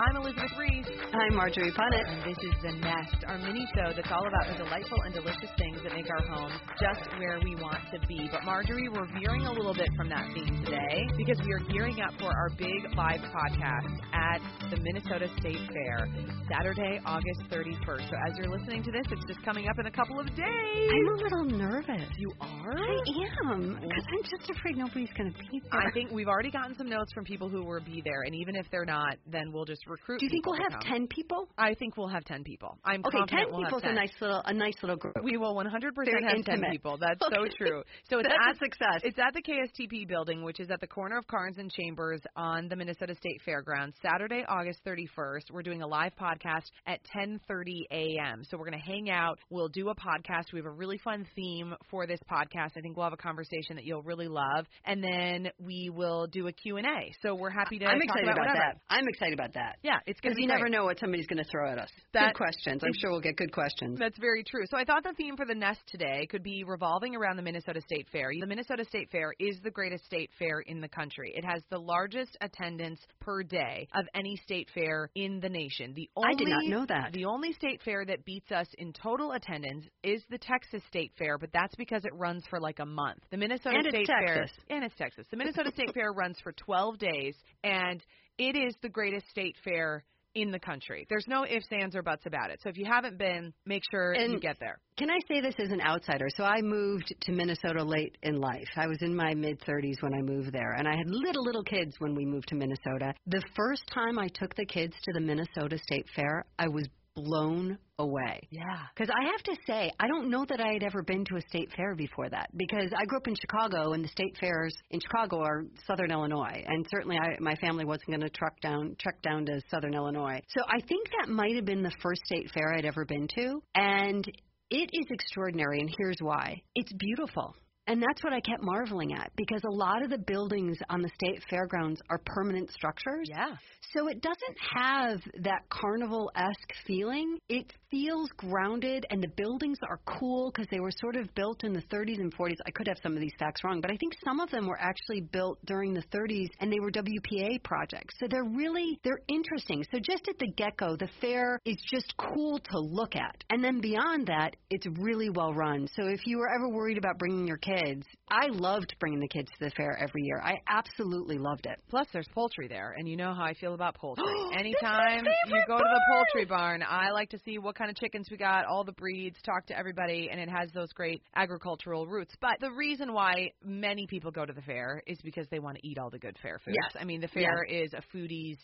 I'm Elizabeth Reese. I'm Marjorie Punnett. And this is The Nest, our mini-show that's all about the delightful and delicious things that make our home just where we want to be. But Marjorie, we're veering a little bit from that theme today because we are gearing up for our big live podcast at the Minnesota State Fair, Saturday, August 31st. So as you're listening to this, it's just coming up in a couple of days. I'm a little nervous. You are? I am. Because I'm just afraid nobody's going to be there. I think we've already gotten some notes from people who will be there, and even if they're not, then we'll just recruit. Do you think people we'll to have come. 10 people? I think we'll have ten people. I'm Okay, confident 10 we'll have people's a 10. nice little a nice little group. We will 100% Very have 10 intimate. people. That's so Okay. true. So it's That's a at success. It's at the KSTP building, which is at the corner of Carnes and Chambers on the Minnesota State Fairgrounds. Saturday, August 31st, we're doing a live podcast at 10:30 a.m. So we're going to hang out. We'll do a podcast. We have a really fun theme for this podcast. I think we'll have a conversation that you'll really love, and then we will do a Q&A. So we're happy to I'm talk excited about, about whatever. that. I'm excited about that. Yeah, it's going Because to be you great. never know what somebody's going to throw at us. That- good questions. I'm sure we'll get good questions. That's very true. So I thought the theme for the nest today could be revolving around the Minnesota State Fair. The Minnesota State Fair is the greatest state fair in the country. It has the largest attendance per day of any state fair in the nation. The only I did not know that. the only state fair that beats us in total attendance is the Texas State Fair, but that's because it runs for like a month. The Minnesota And it's State Fair Texas. and it's Texas. The Minnesota State Fair runs for 12 days, and it is the greatest state fair in the country. There's no ifs, ands, or buts about it. So if you haven't been, make sure you And- get there. Can I say this as an outsider? So I moved to Minnesota late in life. I was in my mid 30s when I moved there, and I had little, little kids when we moved to Minnesota. The first time I took the kids to the Minnesota State Fair, I was blown away. Yeah. Because I have to say, I don't know that I had ever been to a state fair before that. Because I grew up in Chicago, and the state fairs in Chicago are Southern Illinois, and certainly I, my family wasn't going to truck down truck down to Southern Illinois. So I think that might have been the first state fair I'd ever been to, and it is extraordinary. And here's why: it's beautiful. And that's what I kept marveling at because a lot of the buildings on the state fairgrounds are permanent structures. Yeah. So it doesn't have that carnival esque feeling. It feels grounded, and the buildings are cool because they were sort of built in the 30s and 40s. I could have some of these facts wrong, but I think some of them were actually built during the 30s, and they were WPA projects. So they're really they're interesting. So just at the get go, the fair is just cool to look at, and then beyond that, it's really well run. So if you were ever worried about bringing your kids, I loved bringing the kids to the fair every year. I absolutely loved it. Plus, there's poultry there, and you know how I feel about poultry. That's my Anytime you favorite go to the barn! poultry barn, I like to see what kind of chickens we got, all the breeds, talk to everybody, and it has those great agricultural roots. But the reason why many people go to the fair is because they want to eat all the good fair foods. Yes. I mean, the fair is a foodie's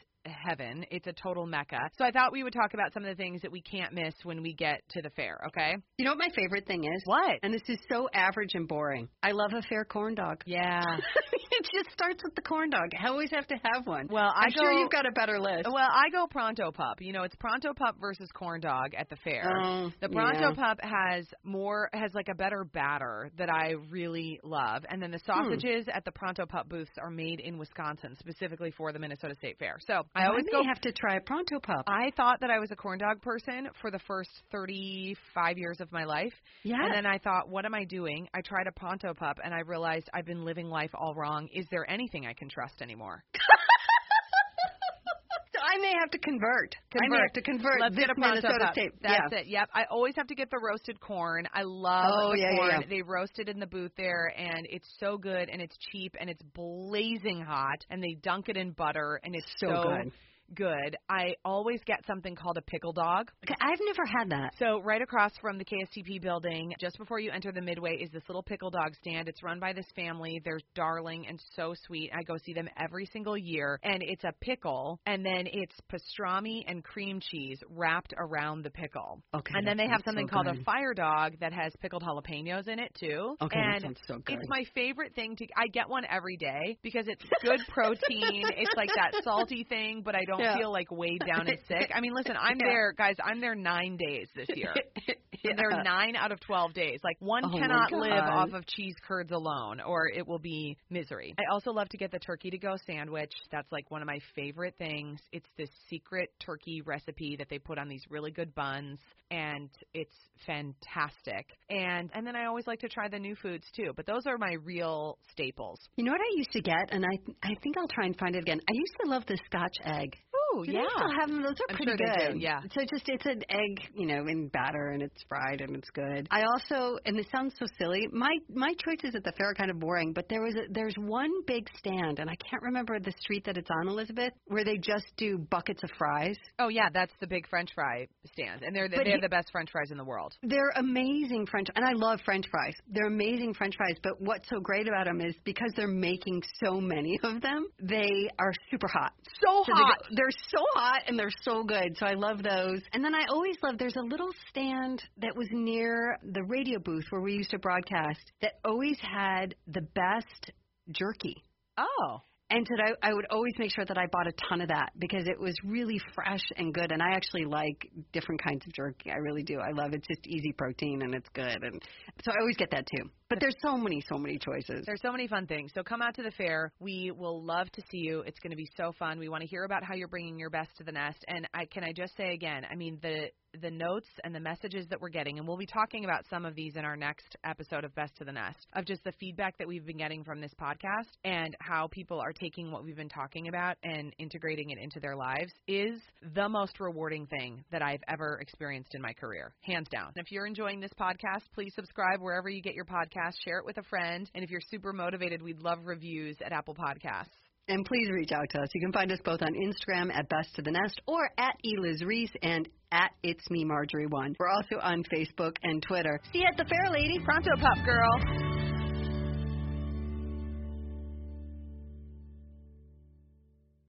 heaven. It's a total mecca. So I thought we would talk about some of the things that we can't miss when we get to the fair, okay? You know what my favorite thing is? What? And this is so average and boring. I love a fair corn dog. Yeah. it just starts with the corn dog. I always have to have one. Well, I I'm sure go- Oh, you've got a better list. Well, I go pronto pup. You know, it's pronto pup versus corn dog at the fair. Oh, the pronto yeah. pup has more has like a better batter that I really love, and then the Hmm. sausages at the pronto pup booths are made in Wisconsin specifically for the Minnesota State Fair. So I always may go. have to try a pronto pup. I thought that I was a corn dog person for the first 35 years of my life. Yes. And then I thought, what am I doing? I tried a Pronto Pup and I realized I've been living life all wrong. Is there anything I can trust anymore? so I may have to convert. I may Convert. have to convert Let's this get a pronto Minnesota pup. State. That's yeah. it. Yep. I always have to get the roasted corn. I love Oh, the yeah, yeah, corn. yeah. They roast it in the booth there, and it's so good, and it's cheap, and it's blazing hot, and they dunk it in butter, and it's So good. good. I always get something called a pickle dog. Okay, I've never had that. So right across from the KSTP building, just before you enter the midway, is this little pickle dog stand. It's run by this family. They're darling and so sweet. I go see them every single year, and it's a pickle, and then it's pastrami and cream cheese wrapped around the pickle. Okay, And then that they have sounds something so called a good. fire dog that has pickled jalapenos in it too. Okay, and that sounds so good. it's my favorite thing to. I get one every day because it's good protein. it's like that salty thing, but I don't Yeah. feel like weighed down and sick. I mean, listen, I'm Yeah. there, guys. I'm there nine days this year. Yeah. And they're nine out of twelve days. Like one Oh my cannot God. live off of cheese curds alone, or it will be misery. I also love to get the turkey to go sandwich. That's like one of my favorite things. It's this secret turkey recipe that they put on these really good buns, and it's fantastic. And and then I always like to try the new foods too. But those are my real staples. You know what I used to get, and I I think I'll try and find it again. I used to love the Scotch egg. Oh Do they still have them? Those are I'm pretty sure they do, good. yeah. So just it's an egg, you know, in batter and it's fried and it's good. I also, and this sounds so silly, my my choices at the fair are kind of boring, but there was a, there's one big stand, and I can't remember the street that it's on, Elizabeth, where they just do buckets of fries. Oh yeah, that's the big French fry stand, and they're the, But they're he- the best French fries in the world. They're amazing French, and I love French fries. They're amazing French fries, but what's so great about them is because they're making so many of them, they are super hot. So So they hot. go- They're so hot and they're so good. So I love those. And then I always love there's a little stand that was near the radio booth where we used to broadcast that always had the best jerky. Oh. And so that I, I would always make sure that I bought a ton of that because it was really fresh and good. And I actually like different kinds of jerky. I really do. I love it. It's just easy protein and it's good. And so I always get that too. But there's so many, so many choices. There's so many fun things. So come out to the fair. We will love to see you. It's going to be so fun. We want to hear about how you're bringing your best to the nest. And I can I just say again, I mean the the notes and the messages that we're getting, and we'll be talking about some of these in our next episode of Best to the Nest, of just the feedback that we've been getting from this podcast and how people are taking what we've been talking about and integrating it into their lives is the most rewarding thing that I've ever experienced in my career, hands down. And if you're enjoying this podcast, please subscribe wherever you get your podcast, share it with a friend, and if you're super motivated, we'd love reviews at Apple Podcasts. And please reach out to us. You can find us both on Instagram at Best to the Nest or at Eliz Reese and at It's Me Marjorie One. We're also on Facebook and Twitter. See you at the fair, lady. Pronto, pup girl.